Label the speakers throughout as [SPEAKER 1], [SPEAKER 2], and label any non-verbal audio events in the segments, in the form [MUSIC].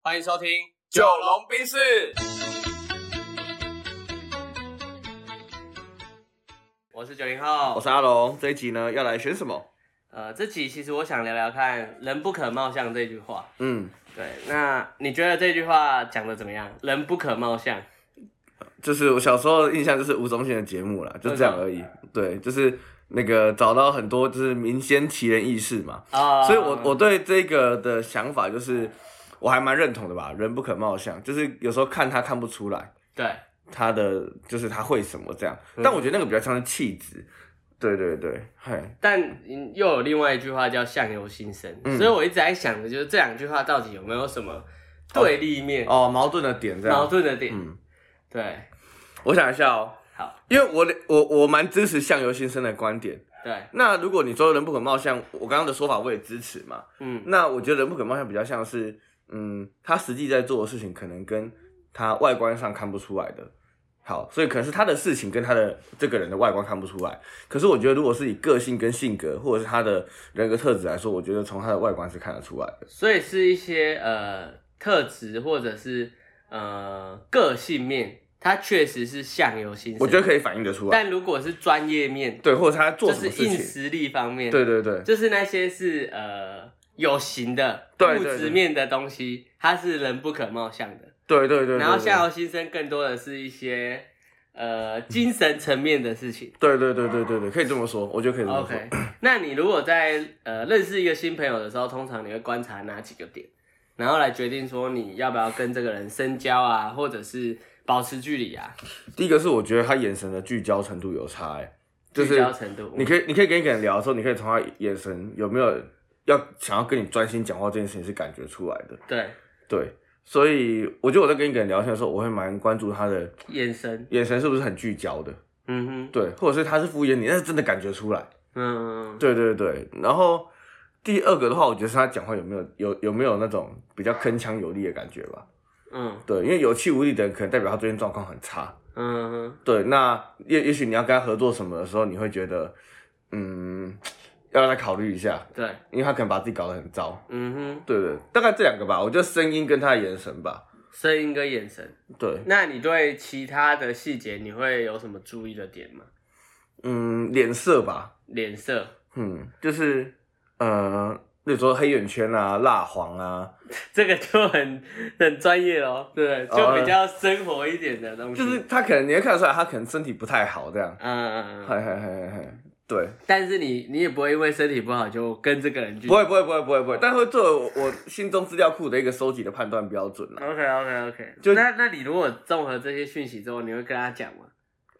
[SPEAKER 1] 欢迎收听《
[SPEAKER 2] 九龙冰室。
[SPEAKER 1] 我是九零后，
[SPEAKER 2] 我是阿龙，这一集呢要来选什么？
[SPEAKER 1] 呃，这集其实我想聊聊看“人不可貌相”这句话。
[SPEAKER 2] 嗯，
[SPEAKER 1] 对，那你觉得这句话讲的怎么样？“人不可貌相
[SPEAKER 2] 就是我小时候的印象就是吴宗宪的节目啦，就这样而已。对，就是那个找到很多就是民间奇人异事嘛，”
[SPEAKER 1] 啊
[SPEAKER 2] 所以我我对这个的想法就是我还蛮认同的吧，人不可貌相，就是有时候看他看不出来
[SPEAKER 1] 对
[SPEAKER 2] 他的就是他会什么这样，但我觉得那个比较像是气质。对对对，嘿，
[SPEAKER 1] 但嗯又有另外一句话叫“相由心生”，
[SPEAKER 2] 嗯
[SPEAKER 1] 所以我一直在想的就是这两句话到底有没有什么对立面、
[SPEAKER 2] 哦，矛盾的点这
[SPEAKER 1] 矛
[SPEAKER 2] 样。
[SPEAKER 1] 盾的点？
[SPEAKER 2] 嗯
[SPEAKER 1] 对，
[SPEAKER 2] 我想一下哦，
[SPEAKER 1] 好，
[SPEAKER 2] 因为我我我蛮支持相由心生的观点。
[SPEAKER 1] 对，
[SPEAKER 2] 那如果你说人不可貌相，我刚刚的说法我也支持嘛。
[SPEAKER 1] 嗯，
[SPEAKER 2] 那我觉得人不可貌相比较像是，嗯，他实际在做的事情可能跟他外观上看不出来的。好，所以可能是他的事情跟他的这个人的外观看不出来。可是我觉得，如果是以个性跟性格或者是他的人格特质来说，我觉得从他的外观是看得出来的。
[SPEAKER 1] 所以是一些呃特质或者是呃个性面，它确实是相由心生。
[SPEAKER 2] 我觉得可以反映得出来。
[SPEAKER 1] 但如果是专业面，
[SPEAKER 2] 对，或者他做
[SPEAKER 1] 就
[SPEAKER 2] 什么
[SPEAKER 1] 是
[SPEAKER 2] 事
[SPEAKER 1] 硬
[SPEAKER 2] 情。
[SPEAKER 1] 实力方面，
[SPEAKER 2] 对对对，
[SPEAKER 1] 就是那些是呃有形的
[SPEAKER 2] 对
[SPEAKER 1] 物
[SPEAKER 2] 对对
[SPEAKER 1] 质面的东西，它是人不可貌相的。
[SPEAKER 2] 对对对对。
[SPEAKER 1] 然后
[SPEAKER 2] 对
[SPEAKER 1] 夏侯先生更多的是一些呃精神层面的事情。
[SPEAKER 2] 对对对对对对，可以这么说，我觉得可以这么说。
[SPEAKER 1] OK，那你如果在呃认识一个新朋友的时候，通常你会观察哪几个点，然后来决定说你要不要跟这个人深交啊，或者是保持距离啊，
[SPEAKER 2] 第一个是我觉得他眼神的聚焦程度有差、欸，就是
[SPEAKER 1] 聚焦程度。
[SPEAKER 2] 你可以，你可以跟一个人聊的时候，你可以从他眼神有没有要想要跟你专心讲话这件事情是感觉出来的。
[SPEAKER 1] 对
[SPEAKER 2] 对，所以我觉得我在跟一个人聊天的时候，我会蛮关注他的
[SPEAKER 1] 眼神，
[SPEAKER 2] 眼神是不是很聚焦的，
[SPEAKER 1] 嗯哼，
[SPEAKER 2] 对，或者是他是敷衍你，但是真的感觉出来。
[SPEAKER 1] 嗯，
[SPEAKER 2] 对对对，然后第二个的话，我觉得是他讲话有没有有有没有那种比较铿锵有力的感觉吧。
[SPEAKER 1] 嗯
[SPEAKER 2] 对，因为有气无力的人，可能代表他最近状况很差。
[SPEAKER 1] 嗯哼，
[SPEAKER 2] 对，那也也许你要跟他合作什么的时候，你会觉得，嗯，要再考虑一下，
[SPEAKER 1] 对，
[SPEAKER 2] 因为他可能把自己搞得很糟。
[SPEAKER 1] 嗯哼，
[SPEAKER 2] 对对，大概这两个吧，我觉得声音跟他的眼神吧。
[SPEAKER 1] 声音跟眼神。
[SPEAKER 2] 对，
[SPEAKER 1] 那你对其他的细节你会有什么注意的点吗？
[SPEAKER 2] 嗯，脸色吧，
[SPEAKER 1] 脸色，
[SPEAKER 2] 嗯，就是，呃，例如说黑眼圈啊、蜡黄啊，
[SPEAKER 1] 这个就很很专业咯，对，就比较生活一点的东西。
[SPEAKER 2] 哦就是他可能你会看得出来，他可能身体不太好这样。
[SPEAKER 1] 嗯嗯嗯，
[SPEAKER 2] 嗨嗨嗨嗨嗨，对，
[SPEAKER 1] 但是你你也不会因为身体不好就跟这个人去。
[SPEAKER 2] 不会不会不会不会不会，但会作为我我心中资料库的一个收集的判断标准啦。
[SPEAKER 1] OK OK OK，
[SPEAKER 2] 就
[SPEAKER 1] 那那你如果综合这些讯息之后，你会跟他讲吗？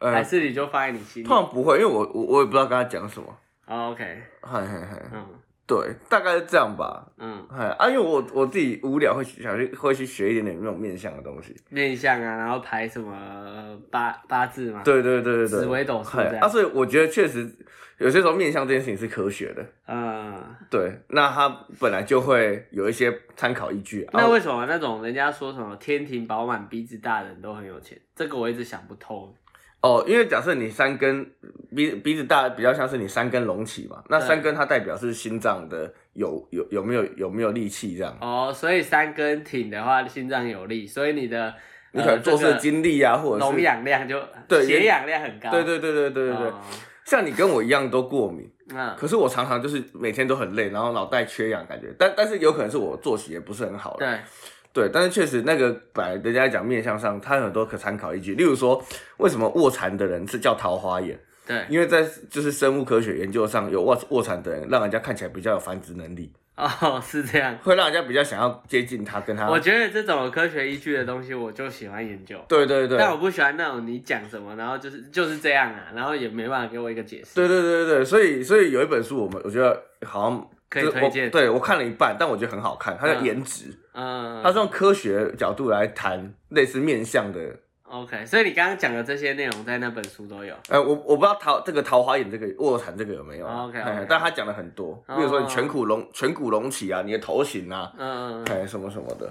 [SPEAKER 1] 还
[SPEAKER 2] 呃，
[SPEAKER 1] 是你就放在你心里、
[SPEAKER 2] 通常不会，因为我我我也不知道跟他讲什么。
[SPEAKER 1] o k
[SPEAKER 2] 嗨嗨嗨，
[SPEAKER 1] 嗯
[SPEAKER 2] 对，大概是这样吧。
[SPEAKER 1] 嗯，
[SPEAKER 2] 哎，啊，因为我我自己无聊会想去会去学一点点那种面相的东西。
[SPEAKER 1] 面相啊，然后排什么八八字嘛。
[SPEAKER 2] 对对对对对，
[SPEAKER 1] 紫微斗数
[SPEAKER 2] 哎
[SPEAKER 1] 这样
[SPEAKER 2] 啊，所以我觉得确实有些时候面相这件事情是科学的。
[SPEAKER 1] 嗯，
[SPEAKER 2] 对，那它本来就会有一些参考依据。
[SPEAKER 1] 那
[SPEAKER 2] 啊
[SPEAKER 1] 为什么那种人家说什么天庭饱满、鼻子大的人都很有钱？这个我一直想不通。
[SPEAKER 2] 哦，因为假设你三根鼻鼻子大，比较像是你三根隆起嘛。那
[SPEAKER 1] 对
[SPEAKER 2] 三根它代表是心脏的有有有没有有没有力气这样。
[SPEAKER 1] 哦，所以三根挺的话，心脏有力，所以你的
[SPEAKER 2] 你可能做事精
[SPEAKER 1] 精
[SPEAKER 2] 力啊，或者
[SPEAKER 1] 容
[SPEAKER 2] 是
[SPEAKER 1] 氧量就
[SPEAKER 2] 对
[SPEAKER 1] 血氧量很高。
[SPEAKER 2] 对对对对对对对
[SPEAKER 1] 哦，
[SPEAKER 2] 像你跟我一样都过敏。
[SPEAKER 1] 嗯，
[SPEAKER 2] 可是我常常就是每天都很累，然后脑袋缺氧感觉，但但是有可能是我作息也不是很好了。
[SPEAKER 1] 对，
[SPEAKER 2] 对，但是确实那个本来人家讲面相上，它有很多可参考依据。例如说，为什么卧蚕的人是叫桃花眼？
[SPEAKER 1] 对，
[SPEAKER 2] 因为在就是生物科学研究上，有卧卧蚕的人让人家看起来比较有繁殖能力，
[SPEAKER 1] 哦， [LAUGHS] 是这样。
[SPEAKER 2] 会让人家比较想要接近他，跟他
[SPEAKER 1] 我。觉得这种有科学依据的东西，我就喜欢研究。
[SPEAKER 2] 对对对，
[SPEAKER 1] 但我不喜欢那种你讲什么，然后就是就是这样啊，然后也没办法给我一个解释。
[SPEAKER 2] 对对对对，所以所以有一本书，我们我觉得好像
[SPEAKER 1] 可以
[SPEAKER 2] 就是
[SPEAKER 1] 推
[SPEAKER 2] 我
[SPEAKER 1] 荐
[SPEAKER 2] 对我看了一半，但我觉得很好看，它叫《
[SPEAKER 1] 嗯
[SPEAKER 2] 颜值》，
[SPEAKER 1] 嗯，
[SPEAKER 2] 它是用科学角度来谈类似面相的
[SPEAKER 1] OK，所以你刚刚讲的这些内容在那本书都有。
[SPEAKER 2] 呃，我我不知道桃这个桃花眼这个卧蚕这个有没有啊
[SPEAKER 1] 哦 OK，OK 哦
[SPEAKER 2] 哎但他讲了很多，比如说你颧骨隆颧骨隆起啊，你的头型啊，
[SPEAKER 1] 嗯，
[SPEAKER 2] 哎什么什么的，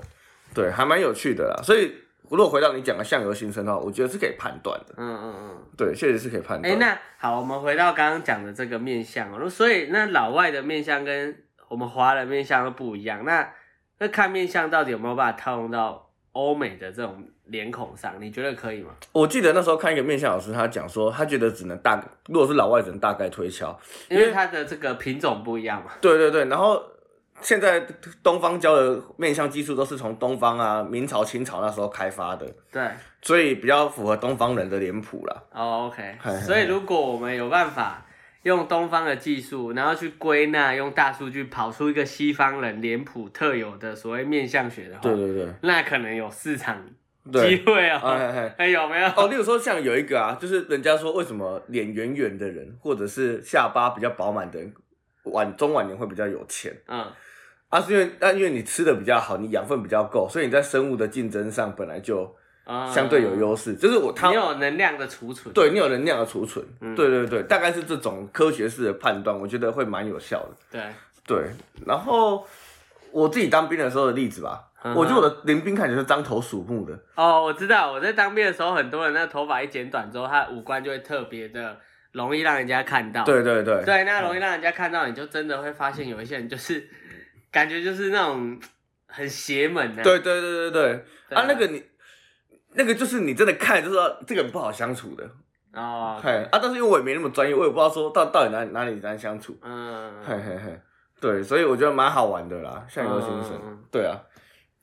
[SPEAKER 2] 对，还蛮有趣的啦。所以如果回到你讲的相由心生的话，我觉得是可以判断的
[SPEAKER 1] 嗯，嗯嗯。
[SPEAKER 2] 对，确实是可以判
[SPEAKER 1] 哎、
[SPEAKER 2] 断。
[SPEAKER 1] 那好，我们回到刚刚讲的这个面相哦，所以那老外的面相跟我们华人面相都不一样。那那看面相到底有没有办法套用到欧美的这种脸孔上？你觉得可以吗？
[SPEAKER 2] 我记得那时候看一个面相老师，他讲说，他觉得只能大，如果是老外只能大概推敲。
[SPEAKER 1] 因为它的这个品种不一样嘛。
[SPEAKER 2] 对对对，然后现在东方教的面相技术都是从东方啊、明朝、清朝那时候开发的，
[SPEAKER 1] 对，
[SPEAKER 2] 所以比较符合东方人的脸谱啦。
[SPEAKER 1] 哦、o k
[SPEAKER 2] 嗨嗨
[SPEAKER 1] 所以如果我们有办法用东方的技术，然后去归纳，用大数据跑出一个西方人脸谱特有的所谓面相学的话，
[SPEAKER 2] 对对对
[SPEAKER 1] 那可能有市场
[SPEAKER 2] 对，
[SPEAKER 1] 机会 [LAUGHS] 哦、
[SPEAKER 2] 哎哎哎
[SPEAKER 1] 哎、有没有？
[SPEAKER 2] 哦，例如说像有一个啊，就是人家说为什么脸圆圆的人，或者是下巴比较饱满的人，晚中晚年会比较有钱。
[SPEAKER 1] 嗯，
[SPEAKER 2] 啊，是因为那、因为你吃的比较好，你养分比较够，所以你在生物的竞争上本来就
[SPEAKER 1] 嗯
[SPEAKER 2] 相对有，优势。就是我他
[SPEAKER 1] 你有能量的储存。，
[SPEAKER 2] 对你有能量的储存，
[SPEAKER 1] 嗯
[SPEAKER 2] 对对对，大概是这种科学式的判断，我觉得会蛮有效的。
[SPEAKER 1] 对，
[SPEAKER 2] 对，然后我自己当兵的时候的例子吧，
[SPEAKER 1] 嗯哼
[SPEAKER 2] 我觉得我的林兵看起来是獐头鼠目的，
[SPEAKER 1] 哦，我知道，我在当兵的时候，很多人那头发一剪短之后，他的五官就会特别的容易让人家看到。
[SPEAKER 2] 对对对，
[SPEAKER 1] 对，那容易让人家看到，你就真的会发现有一些人就是感觉就是那种很邪门啊的、
[SPEAKER 2] 对对对对对，
[SPEAKER 1] 对啊
[SPEAKER 2] 啊，那个你。那个就是你真的看就知道这个人不好相处的，
[SPEAKER 1] 哦，
[SPEAKER 2] 嘿啊！但是因为我也没那么专业，我也不知道说到到底哪里哪里难相处，嘿
[SPEAKER 1] 嗯，
[SPEAKER 2] 嘿嘿，对，所以我觉得蛮好玩的啦，相由心生。
[SPEAKER 1] 嗯
[SPEAKER 2] 对啊，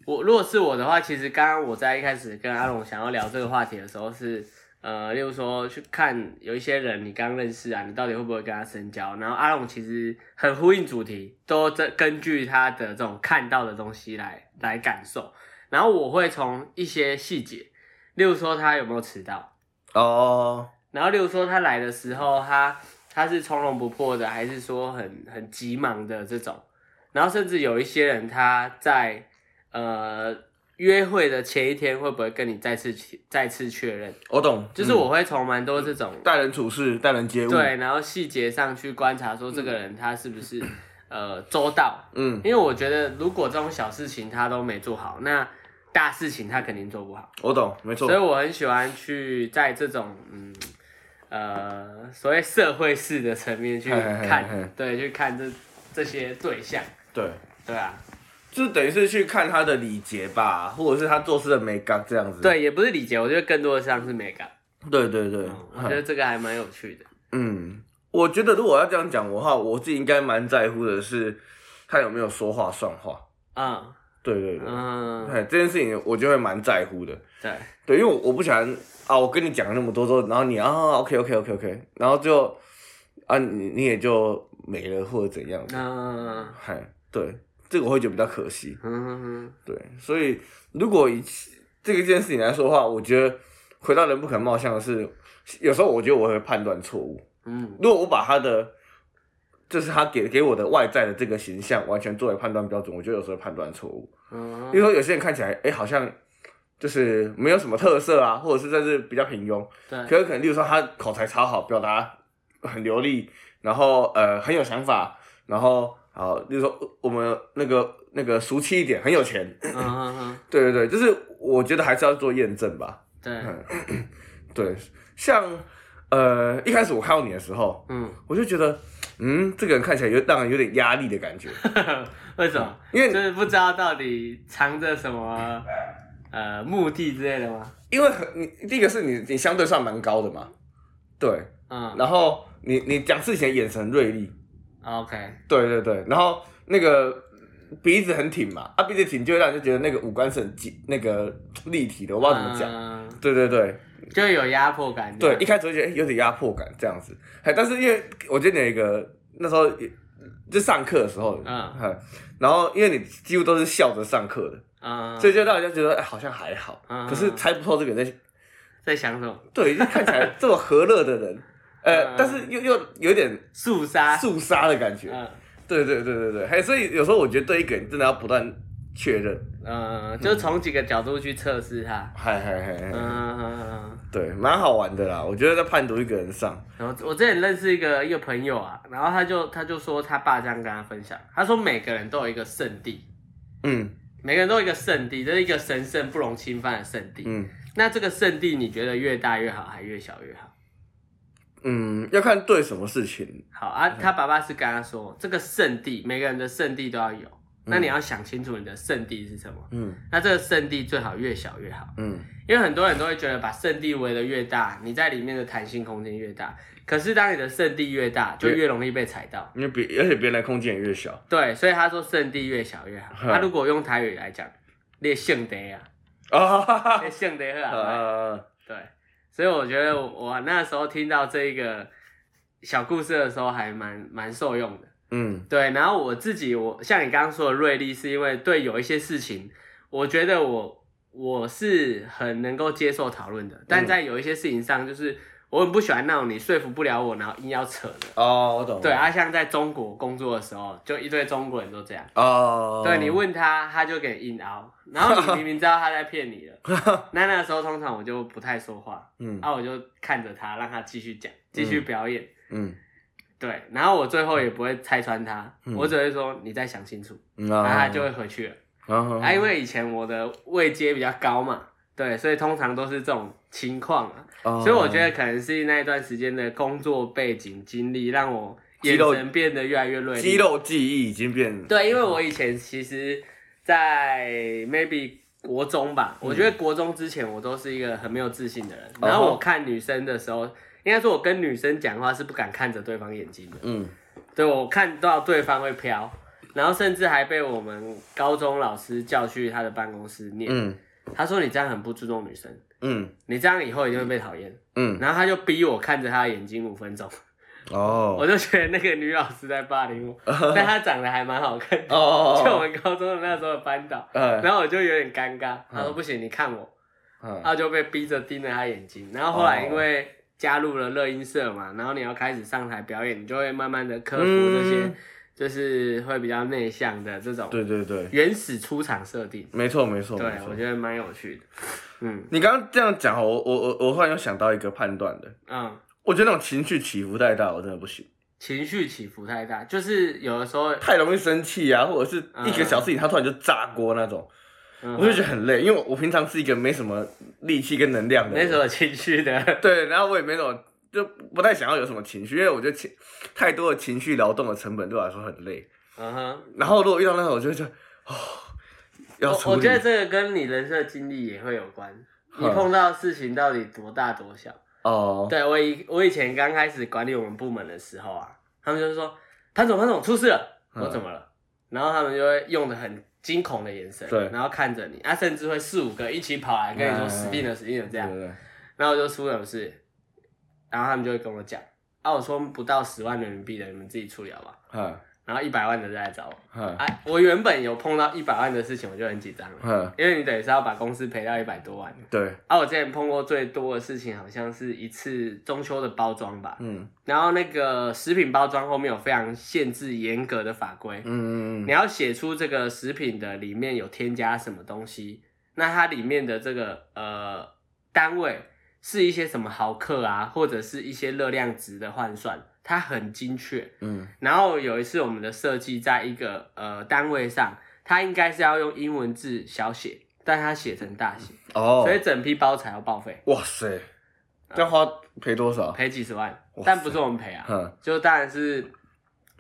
[SPEAKER 1] 我如果是我的话，其实刚刚我在一开始跟阿龙想要聊这个话题的时候是。呃，例如说去看有一些人，你刚认识啊，你到底会不会跟他深交？然后阿龙其实很呼应主题，都这根据他的这种看到的东西来来感受。然后我会从一些细节，例如说他有没有迟到，
[SPEAKER 2] 哦，
[SPEAKER 1] 然后，例如说他来的时候，他他是从容不迫的，还是说很很急忙的这种？然后，甚至有一些人他在呃约会的前一天，会不会跟你再次确再次确认？
[SPEAKER 2] 我懂，
[SPEAKER 1] 就是
[SPEAKER 2] 嗯
[SPEAKER 1] 我会从蛮多这种、
[SPEAKER 2] 待人处事、待人接物，，
[SPEAKER 1] 对，然后细节上去观察，说这个人他是不是、呃周到？
[SPEAKER 2] 嗯，
[SPEAKER 1] 因为我觉得，如果这种小事情他都没做好，那大事情他肯定做不好。
[SPEAKER 2] 我懂，没错
[SPEAKER 1] 所以，我很喜欢去在这种嗯呃所谓社会式的层面去
[SPEAKER 2] 嘿嘿嘿
[SPEAKER 1] 看，
[SPEAKER 2] 嘿
[SPEAKER 1] 对，去看这这些对象，
[SPEAKER 2] 对，
[SPEAKER 1] 对啊，
[SPEAKER 2] 就是等于是去看他的礼节吧，或者是他做事的美感这样子。，
[SPEAKER 1] 对，也不是礼节，我觉得更多的像是美感，
[SPEAKER 2] 对对对，
[SPEAKER 1] 我觉得这个还蛮有趣的，
[SPEAKER 2] 嗯，我觉得如果要这样讲的话，我自己应该蛮在乎的是他有没有说话算话。
[SPEAKER 1] 嗯
[SPEAKER 2] 对对对，
[SPEAKER 1] 嗯，
[SPEAKER 2] 哎，这件事情我就会蛮在乎的。
[SPEAKER 1] 对，
[SPEAKER 2] 对，因为我我不喜欢啊，我跟你讲了那么多之后，然后你啊，OK OK OK OK，然后就啊，你你也就没了或者怎样的，
[SPEAKER 1] 嗯
[SPEAKER 2] 嗨，对，这个我会觉得比较可惜，
[SPEAKER 1] 嗯
[SPEAKER 2] 对，所以如果以这个件事情来说的话，我觉得回到人不可貌相的是，有时候我觉得我会判断错误，
[SPEAKER 1] 嗯，
[SPEAKER 2] 如果我把他的。就是他给给我的外在的这个形象，完全作为判断标准，我觉得有时候会判断错误。
[SPEAKER 1] 嗯
[SPEAKER 2] 比如说有些人看起来，哎、好像就是没有什么特色啊，或者是甚至比较平庸，
[SPEAKER 1] 对，
[SPEAKER 2] 可是可能，例如说他口才超好，表达很流利，然后呃很有想法，然后呃好，例如说我们那个那个俗气一点，很有钱， [LAUGHS]
[SPEAKER 1] 嗯嗯嗯，
[SPEAKER 2] 对对对，就是我觉得还是要做验证吧。
[SPEAKER 1] 对，
[SPEAKER 2] 对，像呃一开始我看到你的时候，
[SPEAKER 1] 嗯，
[SPEAKER 2] 我就觉得，嗯，这个人看起来有让人有点压力的感觉，
[SPEAKER 1] 嗯 [LAUGHS] 为什么？
[SPEAKER 2] 因为
[SPEAKER 1] 就是不知道到底藏着什么呃目的之类的吗？
[SPEAKER 2] 因为很你第一个是你你相对算蛮高的嘛，对，
[SPEAKER 1] 嗯
[SPEAKER 2] 然后你你讲事情的眼神锐利，
[SPEAKER 1] ，OK，
[SPEAKER 2] 对对对，然后那个鼻子很挺嘛，啊鼻子挺就会让人就觉得那个五官是很紧那个立体的，我不知道怎么讲。
[SPEAKER 1] 嗯
[SPEAKER 2] 对对对
[SPEAKER 1] 就有压迫感。
[SPEAKER 2] 对，一，开始会觉得诶有点压迫感这样子，哎，但是因为我记得你有一个那时候也就上课的时候，
[SPEAKER 1] 嗯
[SPEAKER 2] 嗯，然后因为你几乎都是笑着上课的，
[SPEAKER 1] 嗯，
[SPEAKER 2] 所以就让人家觉得、哎好像还好，
[SPEAKER 1] 嗯
[SPEAKER 2] 可是猜不透这个人在
[SPEAKER 1] 在想什么？
[SPEAKER 2] 对，就看起
[SPEAKER 1] [LAUGHS]
[SPEAKER 2] 来这么和乐的人，呃
[SPEAKER 1] 嗯，
[SPEAKER 2] 但是又又有点
[SPEAKER 1] 肃杀，
[SPEAKER 2] 肃杀的感觉，
[SPEAKER 1] 嗯
[SPEAKER 2] 对对对对对，还所以有时候我觉得对一个人真的要不断确认，
[SPEAKER 1] 嗯，就从几个角度去测试它。
[SPEAKER 2] 嗨嗨嗨，嗨，
[SPEAKER 1] 嗯嗯嗯嗯
[SPEAKER 2] 对，蛮好玩的啦。我觉得在判读一个人上，
[SPEAKER 1] 然后我之前认识一个一个朋友啊，然后他就他就说他爸这样跟他分享，他说每个人都有一个圣地，
[SPEAKER 2] 嗯
[SPEAKER 1] 每个人都有一个圣地，这是一个神圣不容侵犯的圣地。
[SPEAKER 2] 嗯
[SPEAKER 1] 那这个圣地你觉得越大越好，还越小越好？
[SPEAKER 2] 嗯，要看对什么事情，
[SPEAKER 1] 好啊，他爸爸是跟他说，这个圣地每个人的圣地都要有，那你要想清楚你的圣地是什么。
[SPEAKER 2] 嗯
[SPEAKER 1] 那这个圣地最好越小越好，
[SPEAKER 2] 嗯
[SPEAKER 1] 因为很多人都会觉得把圣地围得越大，你在里面的弹性空间越大。可是当你的圣地越大，就
[SPEAKER 2] 对
[SPEAKER 1] 越容易被踩到。
[SPEAKER 2] 因为别而且别人的空间也越小
[SPEAKER 1] 对，所以他说圣地越小越好。
[SPEAKER 2] 哼
[SPEAKER 1] 他如果用台语来讲，列圣地啊， [LAUGHS]
[SPEAKER 2] 啊哈哈
[SPEAKER 1] 列
[SPEAKER 2] 哈
[SPEAKER 1] 圣地好啊。
[SPEAKER 2] 呃，
[SPEAKER 1] 对，所以我觉得我我那时候听到这一个小故事的时候，还蛮蛮受用的。
[SPEAKER 2] 嗯
[SPEAKER 1] 对，然后我自己，我像你刚刚说的锐利，是因为对有一些事情，我觉得我我是很能够接受讨论的，
[SPEAKER 2] 嗯
[SPEAKER 1] 但在有一些事情上，就是我很不喜欢那种你说服不了我，然后硬要扯的。
[SPEAKER 2] 哦，我懂了，
[SPEAKER 1] 对，啊，像在中国工作的时候，就一堆中国人都这样。
[SPEAKER 2] 哦，
[SPEAKER 1] 对你问他，他就给你硬凹，然后
[SPEAKER 2] [LAUGHS]
[SPEAKER 1] 你明明知道他在骗你了，那那个时候通常我就不太说话，
[SPEAKER 2] 嗯
[SPEAKER 1] 啊，我就看着他，让他继续讲，继续表演。
[SPEAKER 2] 嗯
[SPEAKER 1] 对，然后我最后也不会拆穿他，
[SPEAKER 2] 嗯
[SPEAKER 1] 我只会说你再想清楚，
[SPEAKER 2] 嗯
[SPEAKER 1] 然后
[SPEAKER 2] 啊
[SPEAKER 1] 他就会回去了。
[SPEAKER 2] 啊
[SPEAKER 1] 啊，因为以前我的位阶比较高嘛，对，所以通常都是这种情况啊。
[SPEAKER 2] 哦
[SPEAKER 1] 所以我觉得可能是那一段时间的工作背景经历，让我眼
[SPEAKER 2] 肌肉
[SPEAKER 1] 神变得越来越锐利。
[SPEAKER 2] 肌肉记忆已经变
[SPEAKER 1] 对，因为我以前其实，在 maybe 国中吧，
[SPEAKER 2] 嗯
[SPEAKER 1] 我觉得国中之前我都是一个很没有自信的
[SPEAKER 2] 哦
[SPEAKER 1] 人。然后我看女生的时候，应该说我跟女生讲话是不敢看着对方眼睛的，
[SPEAKER 2] 嗯
[SPEAKER 1] 对我看到对方会飘，然后甚至还被我们高中老师叫去他的办公室念，
[SPEAKER 2] 嗯
[SPEAKER 1] 他说你这样很不尊重女生，
[SPEAKER 2] 嗯
[SPEAKER 1] 你这样以后一定会被讨厌。
[SPEAKER 2] 嗯
[SPEAKER 1] 然后他就逼我看着他的眼睛五分钟，
[SPEAKER 2] 哦
[SPEAKER 1] 我就觉得那个女老师在霸凌
[SPEAKER 2] [LAUGHS]
[SPEAKER 1] 我，但她长得还蛮好看的。就我
[SPEAKER 2] 哦
[SPEAKER 1] 们高中的那时候的班导，
[SPEAKER 2] 呃
[SPEAKER 1] 然后我就有点尴尬，他说不行，你看我，然
[SPEAKER 2] 嗯
[SPEAKER 1] 后就被逼着盯着他眼睛，然后后来
[SPEAKER 2] 哦
[SPEAKER 1] 因为加入了乐音社嘛，然后你要开始上台表演，你就会慢慢的克服这些
[SPEAKER 2] 嗯，
[SPEAKER 1] 就是会比较内向的这种
[SPEAKER 2] 对对对，
[SPEAKER 1] 原始出场设定，
[SPEAKER 2] 没错没错
[SPEAKER 1] 对
[SPEAKER 2] 没错
[SPEAKER 1] 我。觉得蛮有趣的，嗯
[SPEAKER 2] 你刚刚这样讲，我我我我忽然又想到一个判断的，
[SPEAKER 1] 嗯，
[SPEAKER 2] 我觉得那种情绪起伏太大，我真的不行，
[SPEAKER 1] 情绪起伏太大，就是有的时候，
[SPEAKER 2] 太容易生气啊，或者是一个小事情他突然就炸锅那种，
[SPEAKER 1] 嗯
[SPEAKER 2] 我就觉得很累，因为我平常是一个没什么力气跟能量的
[SPEAKER 1] 没
[SPEAKER 2] 人，
[SPEAKER 1] 什么情绪的，
[SPEAKER 2] 对，然后我也没那种就不太想要有什么情绪，因为我觉得情太多的情绪劳动的成本对我来说很累，
[SPEAKER 1] 嗯哼，
[SPEAKER 2] 然后如果遇到那种，我就会觉得哦， [LAUGHS] 要
[SPEAKER 1] 我
[SPEAKER 2] 处
[SPEAKER 1] 我
[SPEAKER 2] 理，
[SPEAKER 1] 觉得这个跟你人生的经历也会有关，你
[SPEAKER 2] 嗯
[SPEAKER 1] 碰到的事情到底多大多小。
[SPEAKER 2] 哦，
[SPEAKER 1] 对我以我以前刚开始管理我们部门的时候啊，他们就说潘总潘总出事了，
[SPEAKER 2] 嗯
[SPEAKER 1] 我说怎么了？然后他们就会用的很惊恐的眼神，
[SPEAKER 2] 对
[SPEAKER 1] 然后看着你，啊，甚至会四五个一起跑来跟你说
[SPEAKER 2] 嗯
[SPEAKER 1] 死定了死定了这
[SPEAKER 2] 对
[SPEAKER 1] 样
[SPEAKER 2] 对，对，
[SPEAKER 1] 然后我就出了事，然后他们就会跟我讲，啊，我说不到十万人民币的你们自己处理好吧，
[SPEAKER 2] 嗯
[SPEAKER 1] 然后一百万的再来找我，
[SPEAKER 2] 嗯
[SPEAKER 1] 哎、我原本有碰到一百万的事情我就很紧张了，
[SPEAKER 2] 嗯，
[SPEAKER 1] 因为你等于是要把公司赔到一百多万，
[SPEAKER 2] 对，
[SPEAKER 1] 啊，我之前碰过最多的事情，好像是一次中秋的包装吧。
[SPEAKER 2] 嗯
[SPEAKER 1] 然后那个食品包装后面有非常限制严格的法规，
[SPEAKER 2] 嗯嗯
[SPEAKER 1] 你要写出这个食品的里面有添加什么东西，那它里面的这个呃单位是一些什么毫克啊，或者是一些热量值的换算，它很精确。
[SPEAKER 2] 嗯
[SPEAKER 1] 然后有一次我们的设计在一个呃单位上，它应该是要用英文字小写，但它写成大写。
[SPEAKER 2] 哦
[SPEAKER 1] 所，以整批包材要报废，
[SPEAKER 2] 哇塞，这样花赔多少？
[SPEAKER 1] 赔几十万
[SPEAKER 2] 哦哇，塞
[SPEAKER 1] 但不是我们赔啊，
[SPEAKER 2] 嗯
[SPEAKER 1] 就当然是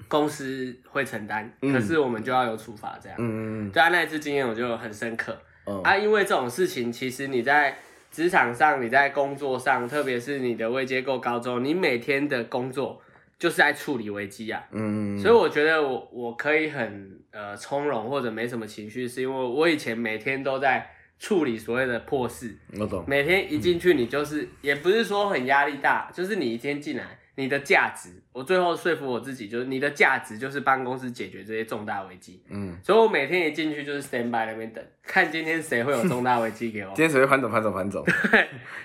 [SPEAKER 1] 公司会承担，
[SPEAKER 2] 嗯
[SPEAKER 1] 可是我们就要有处罚这样。
[SPEAKER 2] 嗯嗯
[SPEAKER 1] 对啊，那一次经验我就很深刻
[SPEAKER 2] 嗯
[SPEAKER 1] 啊，因为这种事情，其实你在职场上、你在工作上，特别是你的位阶够高之后，你每天的工作就是在处理危机啊。
[SPEAKER 2] 嗯，
[SPEAKER 1] 所以我觉得我我可以很呃从容或者没什么情绪，是因为我以前每天都在处理所谓的破事，
[SPEAKER 2] 我懂，
[SPEAKER 1] 每天一进去，你就是、也不是说很压力大，就是你一天进来，你的价值，我最后说服我自己，就是你的价值就是帮公司解决这些重大危机。
[SPEAKER 2] 嗯，
[SPEAKER 1] 所以我每天一进去就是 stand by 那边等，看今天谁会有重大危机给我
[SPEAKER 2] [LAUGHS] 今，天谁会反走反走反
[SPEAKER 1] [LAUGHS]
[SPEAKER 2] 走？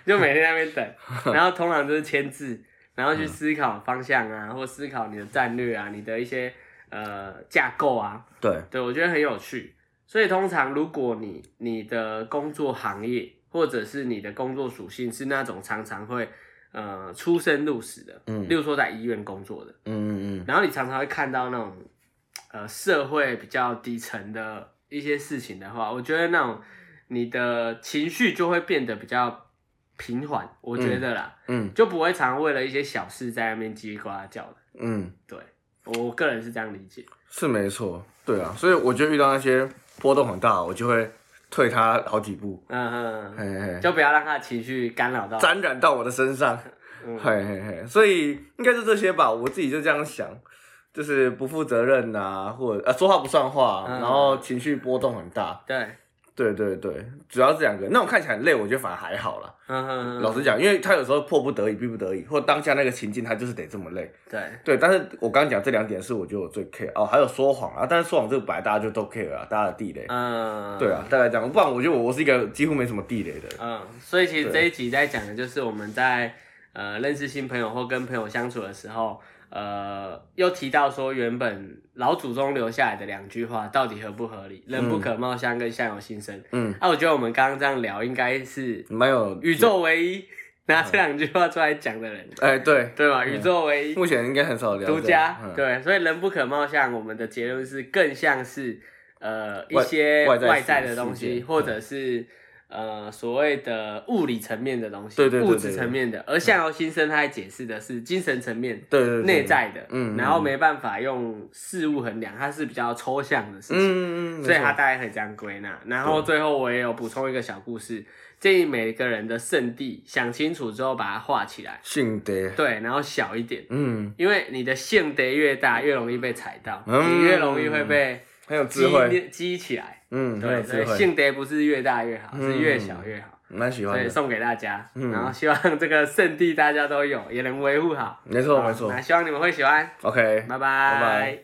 [SPEAKER 1] 就每天在那边等。然后通常就是签字，然后去思考方向啊，或思考你的战略啊，你的一些呃架构啊，
[SPEAKER 2] 对，
[SPEAKER 1] 对，我觉得很有趣。所以通常如果你你的工作行业或者是你的工作属性是那种常常会呃出生入死的，
[SPEAKER 2] 嗯
[SPEAKER 1] 例如说在医院工作的，
[SPEAKER 2] 嗯嗯
[SPEAKER 1] 然后你常常会看到那种呃社会比较底层的一些事情的话，我觉得那种你的情绪就会变得比较平缓，我觉得啦，
[SPEAKER 2] 嗯
[SPEAKER 1] 就不会常为了一些小事在那边叽里呱啦叫的。
[SPEAKER 2] 嗯嗯，
[SPEAKER 1] 对我个人是这样理解，
[SPEAKER 2] 是没错，对啊，所以我就遇到那些波动很大，我就会退他好几步，
[SPEAKER 1] 嗯
[SPEAKER 2] 嘿
[SPEAKER 1] 嗯，
[SPEAKER 2] 嘿，
[SPEAKER 1] 就不要让他的情绪干扰到。
[SPEAKER 2] 沾染到我的身上，
[SPEAKER 1] 嗯
[SPEAKER 2] 嘿嘿嘿，所以应该是这些吧，我自己就这样想，就是不负责任呐、或者啊说话不算话，
[SPEAKER 1] 嗯
[SPEAKER 2] 然后情绪波动很大，
[SPEAKER 1] 对，
[SPEAKER 2] 对对对，主要这两个，那种看起来很累，我觉得反而还好啦。
[SPEAKER 1] 嗯嗯
[SPEAKER 2] 老
[SPEAKER 1] 嗯，
[SPEAKER 2] 实讲，因为他有时候迫不得已、逼不得已，或当下那个情境，他就是得这么累。
[SPEAKER 1] 对，
[SPEAKER 2] 对，但是我刚刚讲这两点是我觉得我最 care 哦，还有说谎啊，但是说谎这个本来大家就都 care 啊，大家的地雷。
[SPEAKER 1] 嗯，
[SPEAKER 2] 对啊，大概这样，不然我觉得我是一个几乎没什么地雷的人。
[SPEAKER 1] 嗯，所以其
[SPEAKER 2] 啊
[SPEAKER 1] 实这一集在讲的就是我们在呃认识新朋友或跟朋友相处的时候，呃，又提到说原本老祖宗留下来的两句话到底合不合理？人不可貌相，跟相由心生。
[SPEAKER 2] 嗯，
[SPEAKER 1] 啊，我觉得我们刚刚这样聊，应该是
[SPEAKER 2] 蛮有
[SPEAKER 1] 宇，宙唯
[SPEAKER 2] 嗯
[SPEAKER 1] 一拿这两句话出来讲的人，
[SPEAKER 2] 哎，对，
[SPEAKER 1] 对吧？宇宙唯一，
[SPEAKER 2] 目前应该很少聊这个
[SPEAKER 1] 独家，
[SPEAKER 2] 嗯
[SPEAKER 1] 对，所以人不可貌相，我们的结论是更像是呃一
[SPEAKER 2] 外
[SPEAKER 1] 些
[SPEAKER 2] 外在
[SPEAKER 1] 外在
[SPEAKER 2] 事
[SPEAKER 1] 的东
[SPEAKER 2] 事
[SPEAKER 1] 西，
[SPEAKER 2] 件
[SPEAKER 1] 或者是呃所谓的物理层面的东西，
[SPEAKER 2] 嗯对对对
[SPEAKER 1] 物
[SPEAKER 2] 对
[SPEAKER 1] 质
[SPEAKER 2] 对
[SPEAKER 1] 层面的。而相由心生，它解释的是精神层面
[SPEAKER 2] 对对对
[SPEAKER 1] 内，在的，
[SPEAKER 2] 嗯嗯
[SPEAKER 1] 然后没办法用事物衡量，它是比较抽象的事情。
[SPEAKER 2] 嗯嗯嗯，
[SPEAKER 1] 所以
[SPEAKER 2] 没
[SPEAKER 1] 它
[SPEAKER 2] 错
[SPEAKER 1] 大概可以这样归纳。然后最后我也有补充一个小故事，建议每个人的圣地想清楚之后把它画起来，
[SPEAKER 2] 性德，
[SPEAKER 1] 对，然后小一点，
[SPEAKER 2] 嗯，
[SPEAKER 1] 因为你的线得越大，越容易被踩到，
[SPEAKER 2] 嗯
[SPEAKER 1] 你越容易会被
[SPEAKER 2] 很有智
[SPEAKER 1] 激
[SPEAKER 2] 慧，
[SPEAKER 1] 激起来。
[SPEAKER 2] 嗯，很有
[SPEAKER 1] 对，所
[SPEAKER 2] 智
[SPEAKER 1] 以
[SPEAKER 2] 慧，
[SPEAKER 1] 性得不是越大越好，
[SPEAKER 2] 嗯
[SPEAKER 1] 是越小越好。
[SPEAKER 2] 蛮喜
[SPEAKER 1] 所
[SPEAKER 2] 欢
[SPEAKER 1] 以
[SPEAKER 2] 的，
[SPEAKER 1] 送给大家，
[SPEAKER 2] 嗯
[SPEAKER 1] 然后希望这个圣地大家都有，也能维护好。
[SPEAKER 2] 没错
[SPEAKER 1] 好
[SPEAKER 2] 没错
[SPEAKER 1] 那希望你们会喜欢，
[SPEAKER 2] ，OK，
[SPEAKER 1] 拜拜。
[SPEAKER 2] 拜拜